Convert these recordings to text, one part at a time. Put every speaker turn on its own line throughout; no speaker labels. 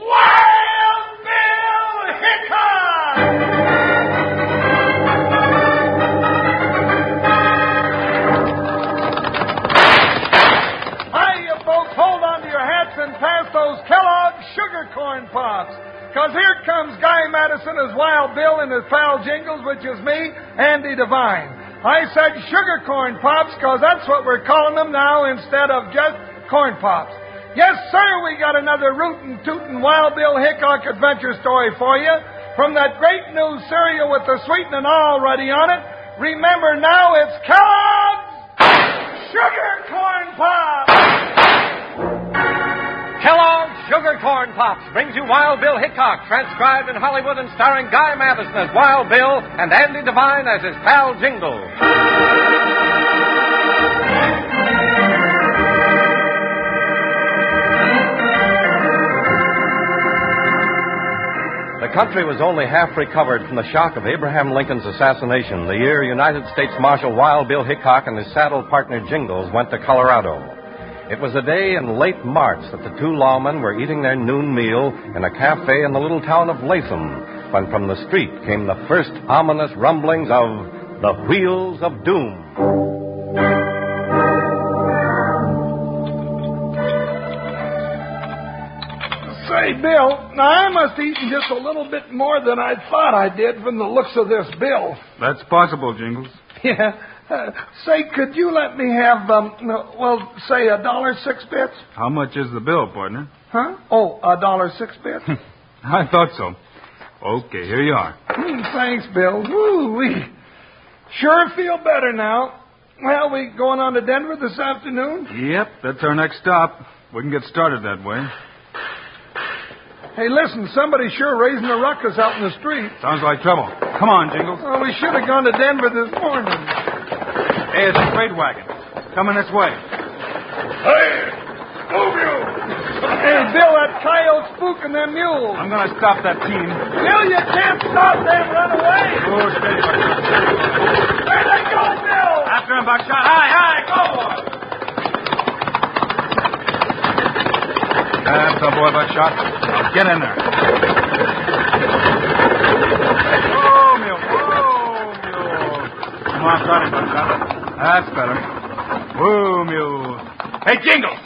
Wild Bill Hickok! Hiya, folks. Hold on to your hats and pass those Kellogg's sugar corn pops. Because here comes Guy Madison as Wild Bill and his pal Jingles, which is me, Andy Devine. I said sugar corn pops because that's what we're calling them now instead of just corn pops. Yes, sir, we got another rootin' tootin' Wild Bill Hickok adventure story for you from that great new cereal with the sweetening already on it. Remember now, it's Kellogg's Sugar Corn Pops!
Kellogg's Sugar Corn Pops brings you Wild Bill Hickok, transcribed in Hollywood and starring Guy Madison as Wild Bill and Andy Devine as his pal Jingle. The country was only half recovered from the shock of Abraham Lincoln's assassination, the year United States Marshal Wild Bill Hickok and his saddle partner Jingles went to Colorado. It was a day in late March that the two lawmen were eating their noon meal in a cafe in the little town of Latham when from the street came the first ominous rumblings of the wheels of doom.
Say, Bill, now I must have eaten just a little bit more than I thought I did from the looks of this bill.
That's possible, Jingles.
Yeah. Uh, say, could you let me have, um, no, well, say a dollar six bits?
How much is the bill, partner?
Huh? Oh, a dollar six bits?
I thought so. Okay, here you are.
Hmm, thanks, Bill. Woo, we sure feel better now. Well, we going on to Denver this afternoon?
Yep, that's our next stop. We can get started that way.
Hey, listen, somebody's sure raising a ruckus out in the street.
Sounds like trouble. Come on, Jingles.
Well, we should have gone to Denver this morning.
Hey, it's a freight wagon. Coming this way.
Hey, Bill, that coyote's spooking them mules.
I'm going to stop that team.
Bill, you can't stop them. Run away.
Oh, steady, Buckshot.
Where they go, Bill?
After him, Buckshot. Aye, aye, go! That's the boy, Buckshot. Now get in there. Oh, mule. Oh, mule. Come on, start it, Buckshot. That's better. Whoa, mule. Hey, Jingles!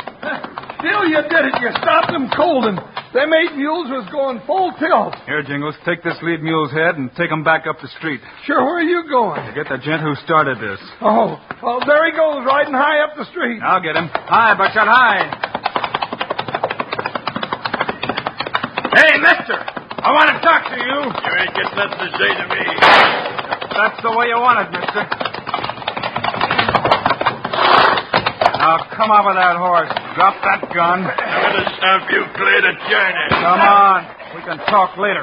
Bill, you did it. You stopped them cold, and them eight mules was going full tilt.
Here, Jingles, take this lead mule's head and take him back up the street.
Sure, where are you going?
Get the gent who started this.
Oh, well, there he goes, riding high up the street.
I'll get him. Hi, Buckshot, hi. Hey, mister! I want to talk to you.
You ain't got nothing to say to me.
That's the way you want it, mister. Now, come over that horse. Drop that gun.
I'm gonna stomp you clear to China.
Come on. We can talk later.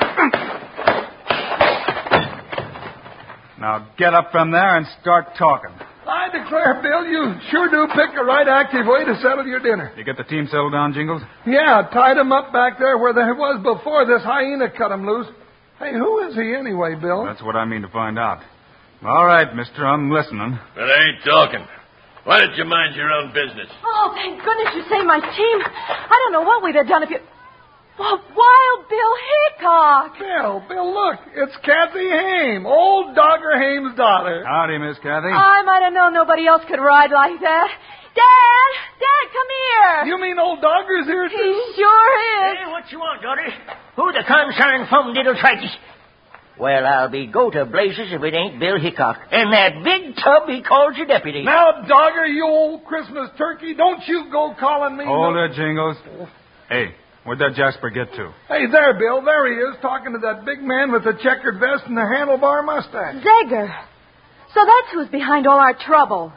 Now, get up from there and start talking.
I declare, Bill, you sure do pick a right active way to settle your dinner.
You get the team settled down, Jingles?
Yeah, tied 'em up back there where they was before this hyena cut 'em loose. Hey, who is he anyway, Bill?
That's what I mean to find out. All right, mister, I'm listening.
But I ain't talking. Why don't you mind your own business?
Oh, thank goodness you saved my team. I don't know what we'd have done if you. Well, Wild Bill Hickok.
Bill, Bill, look, it's Kathy Haim, old Dogger Haim's daughter.
Howdy, Miss Kathy.
I might have known nobody else could ride like that. Dad! Dad, come here!
You mean old Dogger's here too?
He sure is.
Hey, what you want, daughter? Who the concern from little trikes? Well, I'll be go to blazes if it ain't Bill Hickok. And that big tub he calls your deputy.
Now, Dogger, you old Christmas turkey, don't you go calling me.
Hold
no-
it, Jingles. Hey, where'd that Jasper get to?
Hey, there, Bill. There he is, talking to that big man with the checkered vest and the handlebar mustache.
Zegger. So that's who's behind all our trouble.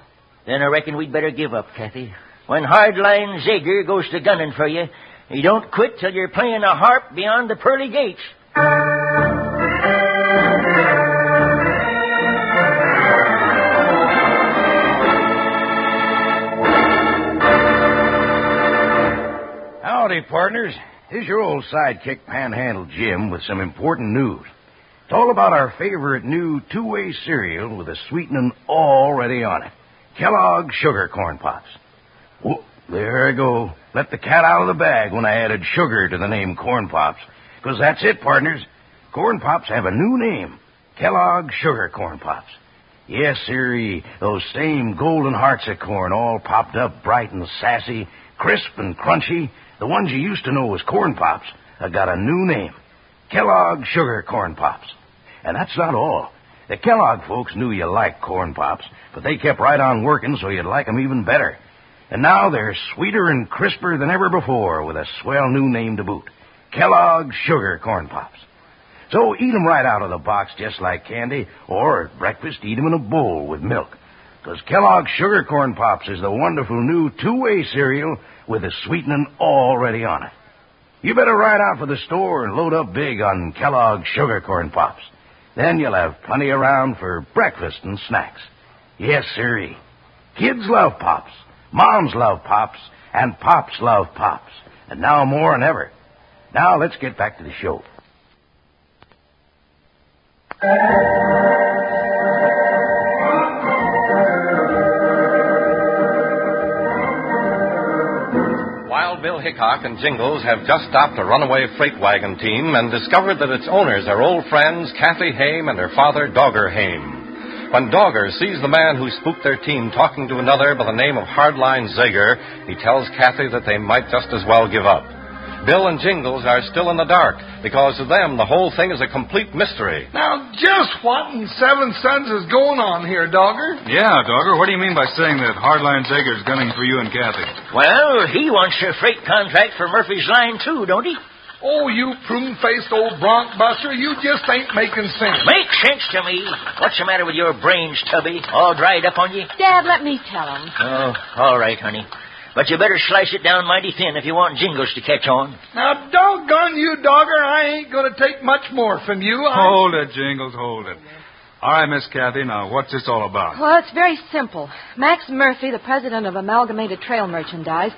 Then I reckon we'd better give up, Kathy. When Hardline Zager goes to gunning for you, you don't quit till you're playing a harp beyond the pearly gates.
Howdy, partners. Here's your old sidekick, Panhandle Jim, with some important news. It's all about our favorite new two-way cereal with a sweetening already on it. Kellogg's Sugar Corn Pops. Wh- There I go. Let the cat out of the bag when I added sugar to the name Corn Pops. Because that's it, partners. Corn Pops have a new name. Kellogg Sugar Corn Pops. Yes, sirree. Those same golden hearts of corn, all popped up bright and sassy, crisp and crunchy. The ones you used to know as Corn Pops have got a new name. Kellogg Sugar Corn Pops. And that's not all. The Kellogg folks knew you liked Corn Pops, but they kept right on working so you'd like 'em even better. And now they're sweeter and crisper than ever before with a swell new name to boot. Kellogg Sugar Corn Pops. So eat 'em right out of the box just like candy, or at breakfast eat 'em in a bowl with milk. 'Cause Kellogg's Sugar Corn Pops is the wonderful new two-way cereal with the sweetening already on it. You better ride out for the store and load up big on Kellogg's Sugar Corn Pops. Then you'll have plenty around for breakfast and snacks. Yes, sirree. Kids love Pops. Moms love Pops. And Pops love Pops. And now more than ever. Now let's get back to the show.
Wild Bill Hickok and Jingles have just stopped a runaway freight wagon team and discovered that its owners are old friends Kathy Haim and her father Dogger Haim. When Dogger sees the man who spooked their team talking to another by the name of Hardline Zager, he tells Kathy that they might just as well give up. Bill and Jingles are still in the dark because to them the whole thing is a complete mystery.
Now, just what in seven sons is going on here, Dogger?
Yeah, Dogger, what do you mean by saying that Hardline Zager's gunning for you and Kathy?
Well, he wants a freight contract for Murphy's Line, too, don't he?
Oh, you prune-faced old bronc buster, you just ain't making sense.
Makes sense to me. What's the matter with your brains, Tubby? All dried up on you?
Dad, let me tell him.
Oh, all right, honey. But you better slice it down mighty thin if you want Jingles to catch on.
Now, doggone you, Dogger, I ain't going to take much more from you. I...
Oh.
Hold it, Jingles, hold it. All right, Miss Kathy, now what's this all about?
Well, it's very simple. Max Murphy, the president of Amalgamated Trail Merchandise,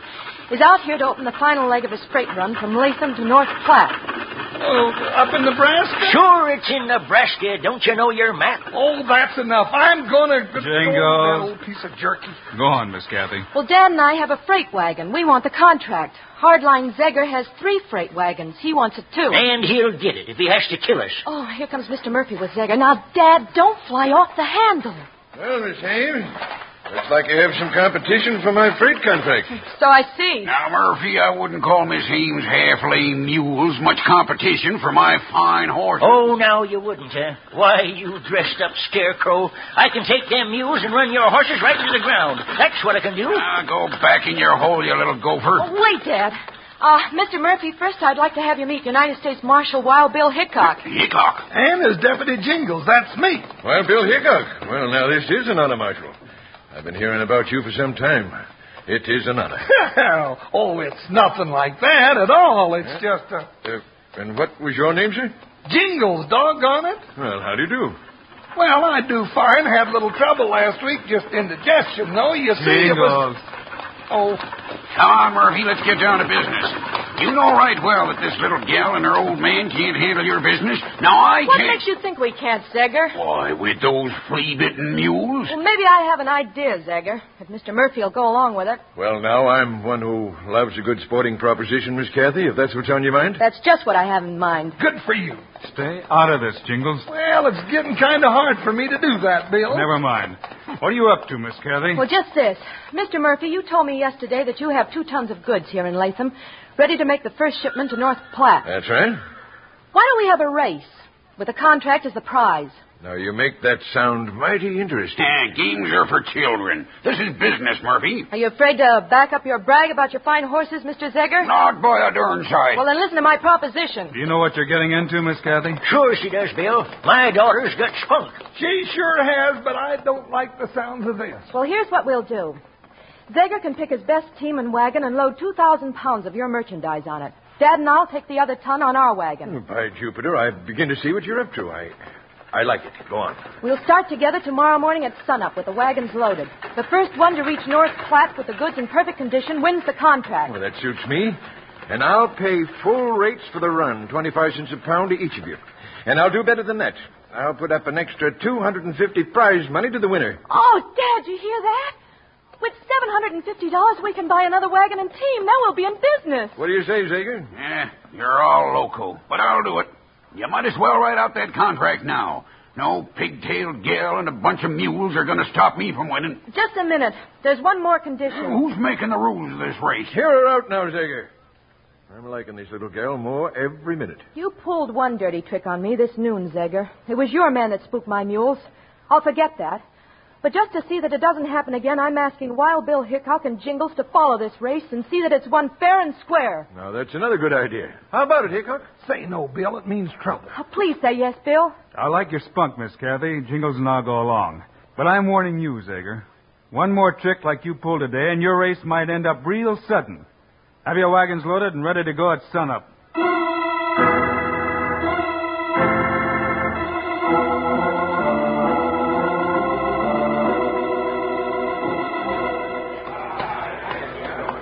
is out here to open the final leg of his freight run from Latham to North Platte.
Oh, up in Nebraska?
Sure, it's in Nebraska. Don't you know your map?
Oh, that's enough. I'm going to...
Jingo.
that old piece of jerky.
Go on, Miss Kathy.
Well, Dad and I have a freight wagon. We want the contract. Hardline Zegger has three freight wagons. He wants it too.
And he'll get it if he has to kill us.
Oh, here comes Mr. Murphy with Zegger. Now, Dad, don't fly off the handle.
Well, Miss Hames, looks like you have some competition for my freight contract.
So I see.
Now, Murphy, I wouldn't call Miss Hames half lame mules much competition for my fine horse.
Oh, now you wouldn't, huh? Why, you dressed up scarecrow. I can take them mules and run your horses right to the ground. That's what I can do.
Now, go back in your hole, you little gopher.
Oh, wait, Dad. Uh, Mr. Murphy, first I'd like to have you meet United States Marshal Wild Bill Hickok.
Hickok.
And his deputy Jingles, that's me.
Why, Bill Hickok. Well, now, this is an honor, Marshal. I've been hearing about you for some time. It is an honor.
oh, it's nothing like that at all. It's just a...
Uh, and what was your name, sir?
Jingles, doggone it.
Well, how do you do?
Well, I do fine. Had a little trouble last week, just indigestion, though. You see, it was...
Jingles.
Oh,
Come on, Murphy, let's get down to business. You know right well that this little gal and her old man can't handle your business. Now, I
What
can't.
makes you think we can't, Zegger?
Why, with those flea-bitten mules?
Well, maybe I have an idea, Zegger. If Mr. Murphy will go along with it.
Well, now, I'm one who loves a good sporting proposition, Miss Kathy, if that's what's on your mind.
That's just what I have in mind.
good for you.
Stay out of this, Jingles.
Well, it's getting kind of hard for me to do that, Bill.
Never mind. What are you up to, Miss Kathy?
Well, just this. Mr. Murphy, you told me yesterday that you have two tons of goods here in Latham, ready to make the first shipment to North Platte.
That's right.
Why don't we have a race with a contract as the prize?
Now, you make that sound mighty interesting.
Eh, games are for children. This is business, Murphy.
Are you afraid to back up your brag about your fine horses, Mr. Zegger?
Not by a darn sight.
Well, then listen to my proposition.
Do you know what you're getting into, Miss Kathy?
Sure she does, Bill. My daughter's got spunk.
She sure has, but I don't like the sounds of this.
Well, here's what we'll do. Zegger can pick his best team and wagon and load 2,000 pounds of your merchandise on it. Dad and I'll take the other ton on our wagon.
By Jupiter, I begin to see what you're up to. I, I like it. Go on.
We'll start together tomorrow morning at sunup with the wagons loaded. The first one to reach North Platte with the goods in perfect condition wins the contract.
Well, that suits me. And I'll pay full rates for the run, 25 cents a pound to each of you. And I'll do better than that. I'll put up an extra 250 prize money to the winner.
Oh, Dad, you hear that?
With $750, we can buy another wagon and team. Now we'll be in business.
What do you say, Zager?
Yeah, Eh, you're all loco, but I'll do it. You might as well write out that contract now. No pigtailed gal and a bunch of mules are going to stop me from winning.
Just a minute. There's one more condition.
Who's making the rules of this race?
Hear her out now, Zager. I'm liking this little gal more every minute.
You pulled one dirty trick on me this noon, Zegger. It was your man that spooked my mules. I'll forget that. But just to see that it doesn't happen again, I'm asking Wild Bill Hickok and Jingles to follow this race and see that it's won fair and square.
Now, that's another good idea. How about it, Hickok?
Say no, Bill. It means trouble.
Oh, please say yes, Bill.
I like your spunk, Miss Kathy. Jingles and I'll go along. But I'm warning you, Zager. One more trick like you pulled today, and your race might end up real sudden. Have your wagons loaded and ready to go at sunup.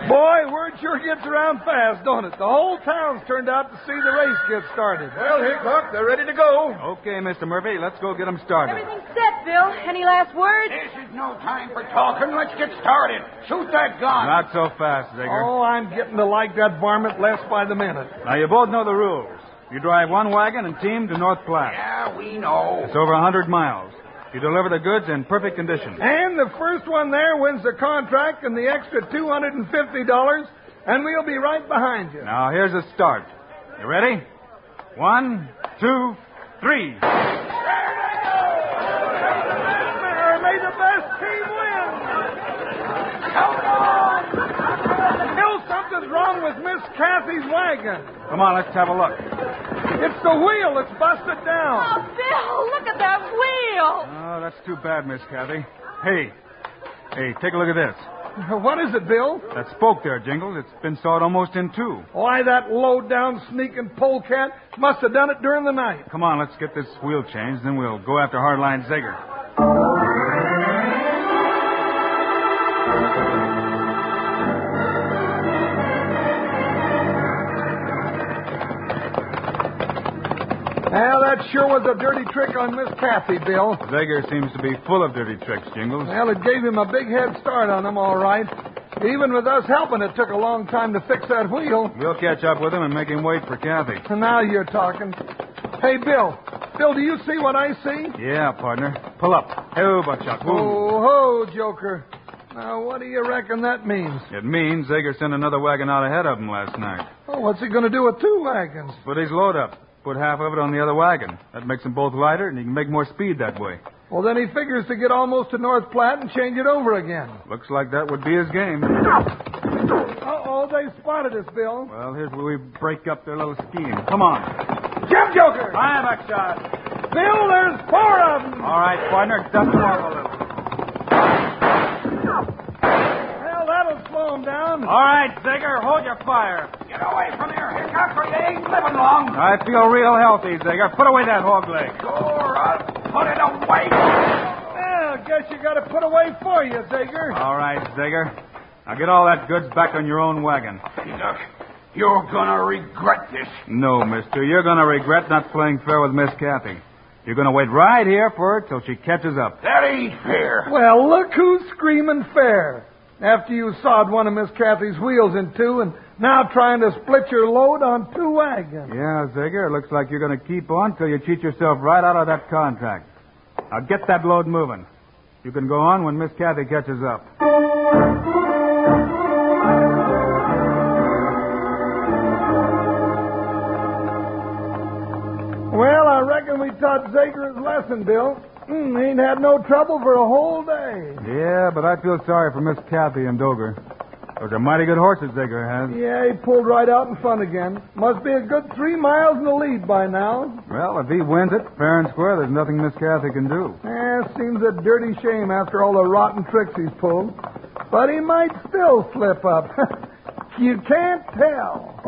Boy, word sure gets around fast, don't it? The whole town's turned out to see the race get started.
Well, Hickok, they're ready to go.
Okay, Mr. Murphy, let's go get 'em started.
Everything's set, Bill. Any last words?
This is no time for talking. Let's get started. Shoot that gun.
Not so fast, Zigger.
Oh, I'm getting to like that varmint less by the minute.
Now, you both know the rules. You drive one wagon and team to North Platte.
Yeah, we know.
It's over a 100 miles. You deliver the goods in perfect condition.
And the first one there wins the contract and the extra $250, and we'll be right behind you.
Now, here's a start. You ready? One, two, three.
Or may the best team win. Hold on. Hill, something's wrong with Miss Kathy's wagon.
Come on, let's have a look.
It's the wheel that's busted down.
Oh, Bill, look at that wheel.
Oh, that's too bad, Miss Kathy. Hey, hey, take a look at this.
What is it, Bill?
That spoke there, Jingles, it's been sawed almost in two.
Why, that low-down, sneaking polecat must have done it during the night.
Come on, let's get this wheel changed, then we'll go after Hardline Zegger.
Well, that sure was a dirty trick on Miss Kathy, Bill.
Zegger seems to be full of dirty tricks, Jingles.
Well, it gave him a big head start on them, all right. Even with us helping, it took a long time to fix that wheel.
We'll catch up with him and make him wait for Kathy.
And now you're talking. Hey, Bill. Bill, do you see what I see?
Yeah, partner. Pull up. Hello, Buckshot. Move.
Oh, ho, Joker. Now, what do you reckon that means?
It means Zegger sent another wagon out ahead of him last night.
Oh, what's he going to do with two wagons?
Put his load up. Put half of it on the other wagon. That makes them both lighter, and he can make more speed that way.
Well, then he figures to get almost to North Platte and change it over again.
Looks like that would be his game.
Uh-oh, they spotted us, Bill.
Well, here's where we break up their little scheme. Come on.
Jump, Joker!
I am Buckshot.
Bill, there's four of them!
All right, partner, dust them off a little.
Well, that'll slow them down.
All right, Zigger, hold your fire.
Get away from here, Hickok, or you ain't living long.
I feel real healthy, Zigger. Put away that hog leg.
Sure, I'll put it away.
Well, guess you got to put away for you, Digger.
All right, Zigger. Now get all that goods back on your own wagon.
Hickok, you're gonna regret this.
No, mister, you're going to regret not playing fair with Miss Kathy. You're going to wait right here for her till she catches up.
That ain't fair.
Well, look who's screaming fair. After you sawed one of Miss Kathy's wheels in two and now trying to split your load on two wagons.
Yeah, Zigger, it looks like you're going to keep on till you cheat yourself right out of that contract. Now get that load moving. You can go on when Miss Kathy catches up.
Well, I reckon we taught Zager his lesson, Bill. Mm, ain't had no trouble for a whole day.
Yeah, but I feel sorry for Miss Kathy and Doger. Those are mighty good horses Zigger has.
Yeah, he pulled right out in front again. Must be a good three miles in the lead by now.
Well, if he wins it, fair and square, there's nothing Miss Kathy can do.
Eh, seems a dirty shame after all the rotten tricks he's pulled. But he might still slip up. you can't tell.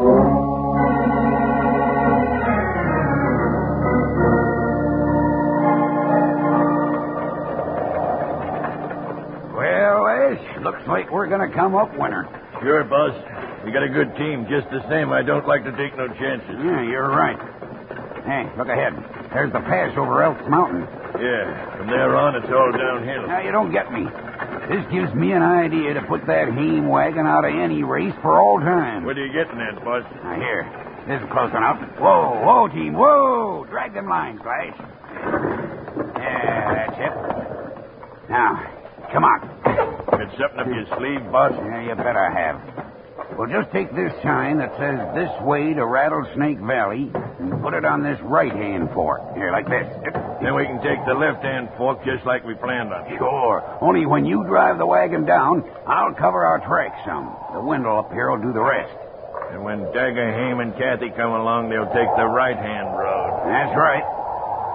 Well, Ash, looks like we're gonna come up winner.
Sure, boss. We got a good team. Just the same, I don't like to take no chances.
Yeah, you're right. Hey, look ahead. There's the pass over Elk Mountain.
Yeah, from there on, it's all downhill.
Now you don't get me. This gives me an idea to put that hame wagon out of any race for all time.
What are you getting at, Buster?
Now, here. This is close enough. Whoa, whoa, team, whoa! Drag them lines, guys. Yeah, that's it. Now, come on.
It's something up your sleeve, boss.
Yeah, you bet I have. Well, just take this sign that says this way to Rattlesnake Valley and put it on this right hand fork. Here, like this.
Then we can take the left hand fork just like we planned on.
Sure. Only when you drive the wagon down, I'll cover our tracks some. The wind'll up here will do the rest.
And when Dagger, Hame, and Kathy come along, they'll take the right hand road.
That's right.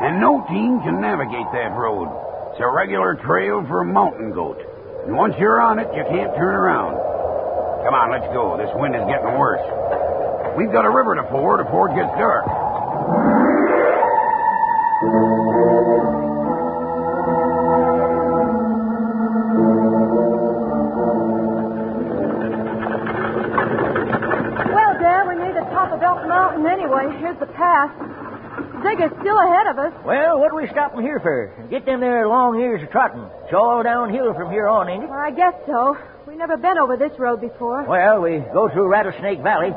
And no team can navigate that road. It's a regular trail for a mountain goat. And once you're on it, you can't turn around. Come on, let's go. This wind is getting worse. We've got a river to ford before it gets dark.
Well, Dad, we made the top of Elk Mountain anyway. Here's the pass. Ziggy's still ahead of us.
Well, what do we stop 'em here for? Get them there long ears a trotting. It's all downhill from here on, ain't it?
Well, I guess so. We've never been over this road before.
Well, we go through Rattlesnake Valley.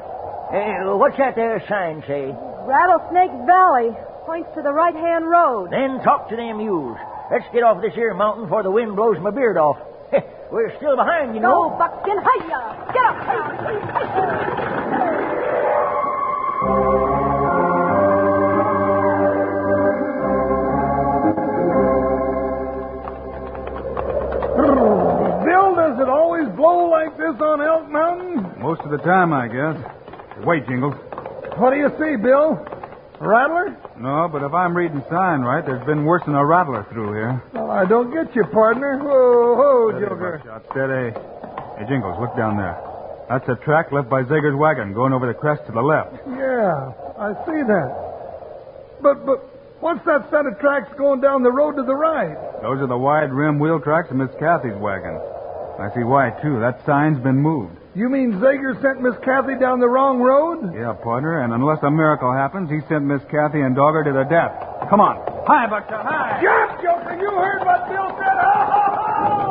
Hey, what's that there sign say?
Rattlesnake Valley points to the right hand road.
Then talk to them mules. Let's get off this here mountain before the wind blows my beard off. We're still behind, you know.
Go, Buckskin. Hiya! Get up! Hey, hey, hey.
Bill, does it always blow like this on Elk Mountain?
Most of the time, I guess. Wait, Jingles.
What do you see, Bill? A rattler?
No, but if I'm reading sign right, there's been worse than a rattler through here.
Well, I don't get you, partner. Whoa, whoa,
Steady,
Joker.
Buckshot, Steady. Hey, Jingles, look down there. That's a track left by Zager's wagon going over the crest to the left.
Yeah, I see that. But, but, what's that set of tracks going down the road to the right?
Those are the wide rim wheel tracks of Miss Kathy's wagon. I see why, too. That sign's been moved.
You mean Zager sent Miss Kathy down the wrong road?
Yeah, partner, and unless a miracle happens, he sent Miss Kathy and Dogger to their death. Come on. Hi, Buckshot, hi!
Yes, Joker, you heard what Bill said.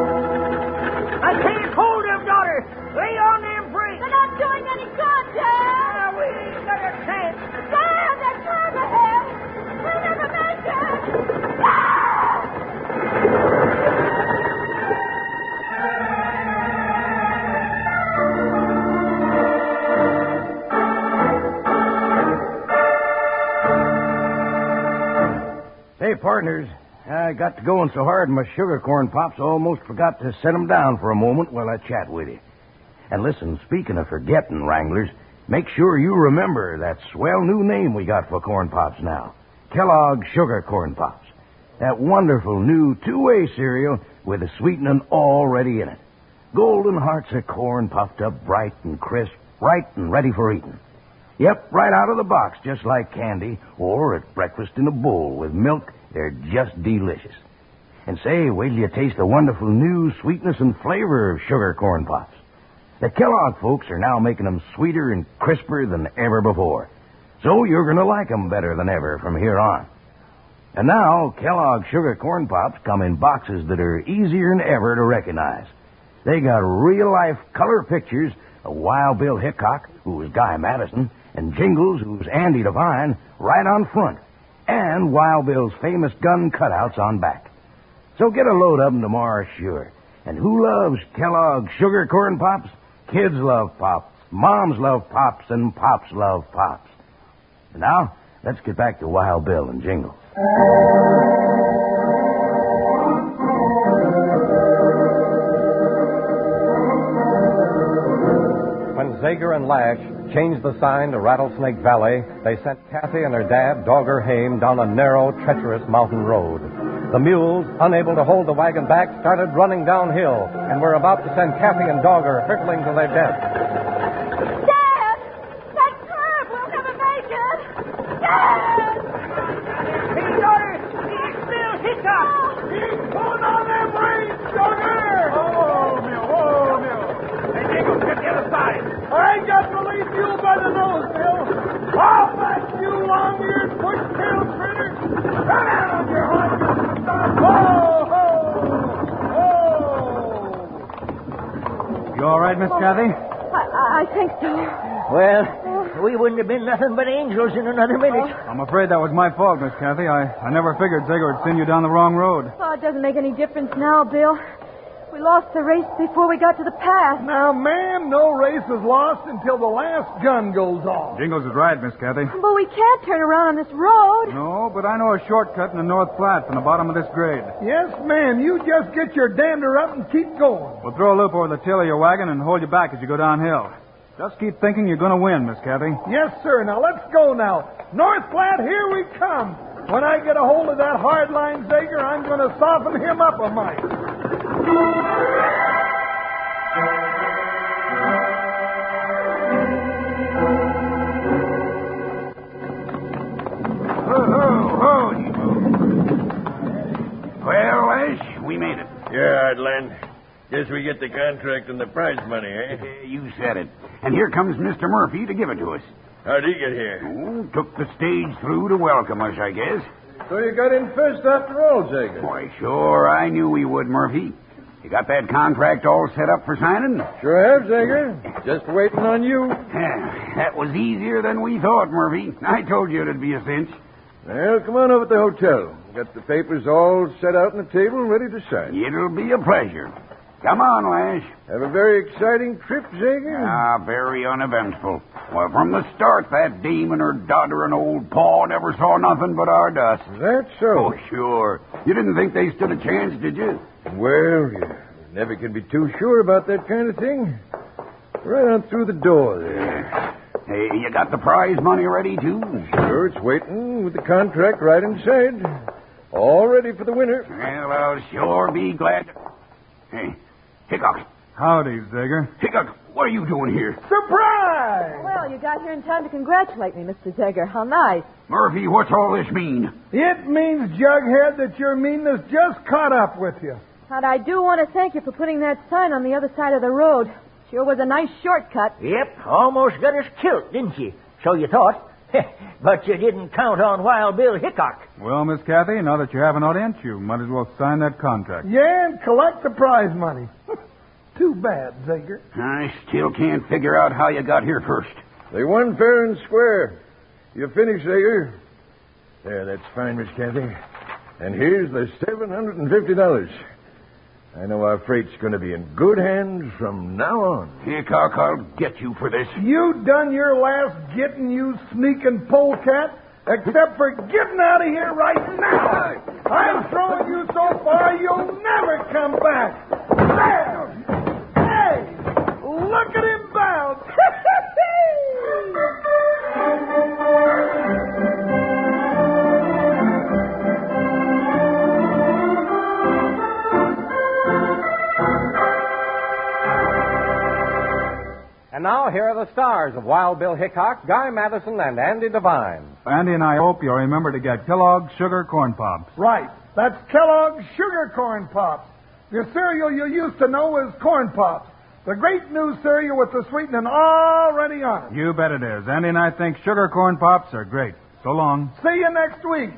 I can't hold them, daughter. Lay on them brakes.
They're not doing any good, Dad.
we ain't got a chance.
Dad, they're trying to help. We'll never make it.
Hey, partners, I got to going so hard my sugar corn pops almost forgot to set 'em down for a moment while I chat with you. And listen, speaking of forgetting, Wranglers, make sure you remember that swell new name we got for corn pops now Kellogg's Sugar Corn Pops. That wonderful new two way cereal with a sweetening already in it. Golden hearts of corn puffed up bright and crisp, right and ready for eating. Yep, right out of the box, just like candy, or at breakfast in a bowl with milk. They're just delicious. And say, wait till you taste the wonderful new sweetness and flavor of sugar corn pops. The Kellogg folks are now making them sweeter and crisper than ever before. So you're going to like 'em better than ever from here on. And now, Kellogg sugar corn pops come in boxes that are easier than ever to recognize. They got real life color pictures of Wild Bill Hickok, who was Guy Madison, and Jingles, who's Andy Devine, right on front, and Wild Bill's famous gun cutouts on back. So get a load of 'em tomorrow, sure. And who loves Kellogg's sugar corn pops? Kids love pops, moms love pops, and pops love pops. And now, let's get back to Wild Bill and Jingles.
When Zager and Lash changed the sign to Rattlesnake Valley, they sent Kathy and her dad, Dogger Hame, down a narrow, treacherous mountain road. The mules, unable to hold the wagon back, started running downhill and were about to send Kathy and Dogger hurtling to their death.
Dad, that curve. We'll never make it. Dad!
Hey, daughter, it's Bill Hickok.
He's pulling on their brakes, Joker!
Whoa, Bill, whoa, Bill. Hey, Jingles, get the other side.
I ain't got the lead mule by the nose, Bill. I'll back you
You all right, Miss Cathy?
I, I think so.
Well, we wouldn't have been nothing but angels in another minute.
I'm afraid that was my fault, Miss Cathy. I, I never figured Zegger would send you down the wrong road.
Oh, it doesn't make any difference now, Bill. We lost the race before we got to the pass.
Now, ma'am, no race is lost until the last gun goes off.
Jingles is right, Miss Cathy.
But we can't turn around on this road.
No, but I know a shortcut in the North Flats in the bottom of this grade.
Yes, ma'am. You just get your dander up and keep going.
We'll throw a loop over the tail of your wagon and hold you back as you go downhill. Just keep thinking you're going to win, Miss Cathy.
Yes, sir. Now, let's go now. North Platte, here we come. When I get a hold of that hardline Zager, I'm going to soften him up a mite.
Well, Ash, we made it.
Yeah, Len. Guess we get the contract and the prize money, eh?
you said it. And here comes Mr. Murphy to give it to us.
How'd he get here?
Oh, took the stage through to welcome us, I guess.
So you got in first after all, Jacob.
Why, sure, I knew we would, Murphy. You got that contract all set up for signing?
Sure have, Jager. Just waiting on you.
Yeah, that was easier than we thought, Murphy. I told you it'd be a cinch.
Well, come on over to the hotel. Got the papers all set out on the table and ready to sign.
It'll be a pleasure. Come on, Lash.
Have a very exciting trip, Zager.
Ah, very uneventful. Well, from the start, that dame and her daughter and old Pa never saw nothing but our dust.
That's so.
Oh, sure. You didn't think they stood a chance, did you?
Well, you never can be too sure about that kind of thing. Right on through the door there.
Hey, you got the prize money ready, too?
Sure, it's waiting with the contract right inside. All ready for the winner.
Well, I'll sure be glad. to- Hey, Hickok.
Howdy, Zager.
Hickok, what are you doing here?
Surprise!
Well, you got here in time to congratulate me, Mr. Zegger. How nice.
Murphy, what's all this mean?
It means, Jughead, that your meanness just caught up with you.
And I do want to thank you for putting that sign on the other side of the road. Sure was a nice shortcut.
Yep, almost got us killed, didn't you? So you thought. but you didn't count on Wild Bill Hickok.
Well, Miss Cathy, now that you have an audience, you might as well sign that contract.
Yeah, and collect the prize money. Too bad, Zager.
I still can't figure out how you got here first.
They won fair and square. You finished, Zager.
There, that's fine, Miss Cathy.
And here's the $750. I know our freight's going to be in good hands from now on.
Hickok, I'll get you for this.
You done your last getting, you sneaking polecat, except for getting out of here right now. I'm throwing you so far you'll never come back. There! Hey! Look at him bound!
And now, here are the stars of Wild Bill Hickok, Guy Madison, and Andy Devine.
Andy and I hope you'll remember to get Kellogg's Sugar Corn Pops.
Right. That's Kellogg's Sugar Corn Pops. The cereal you used to know as Corn Pops. The great new cereal with the sweetening already on it.
You bet it is. Andy and I think Sugar Corn Pops are great. So long.
See you next week.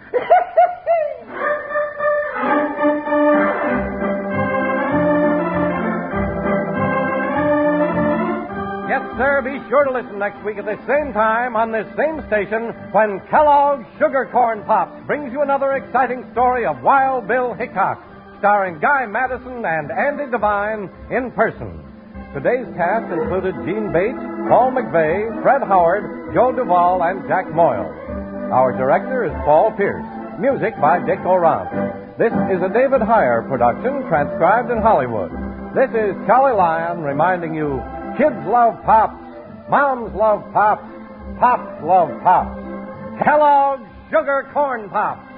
Yes, sir, be sure to listen next week at this same time on this same station when Kellogg's Sugar Corn Pops brings you another exciting story of Wild Bill Hickok, starring Guy Madison and Andy Devine in person. Today's cast included Gene Bates, Paul McVeigh, Fred Howard, Joe Duvall, and Jack Moyle. Our director is Paul Pierce. Music by Dick Orant. This is a David Heyer production transcribed in Hollywood. This is Charlie Lyon reminding you Kids love pops. Moms love pops. Pops love pops. Kellogg's Sugar Corn Pops.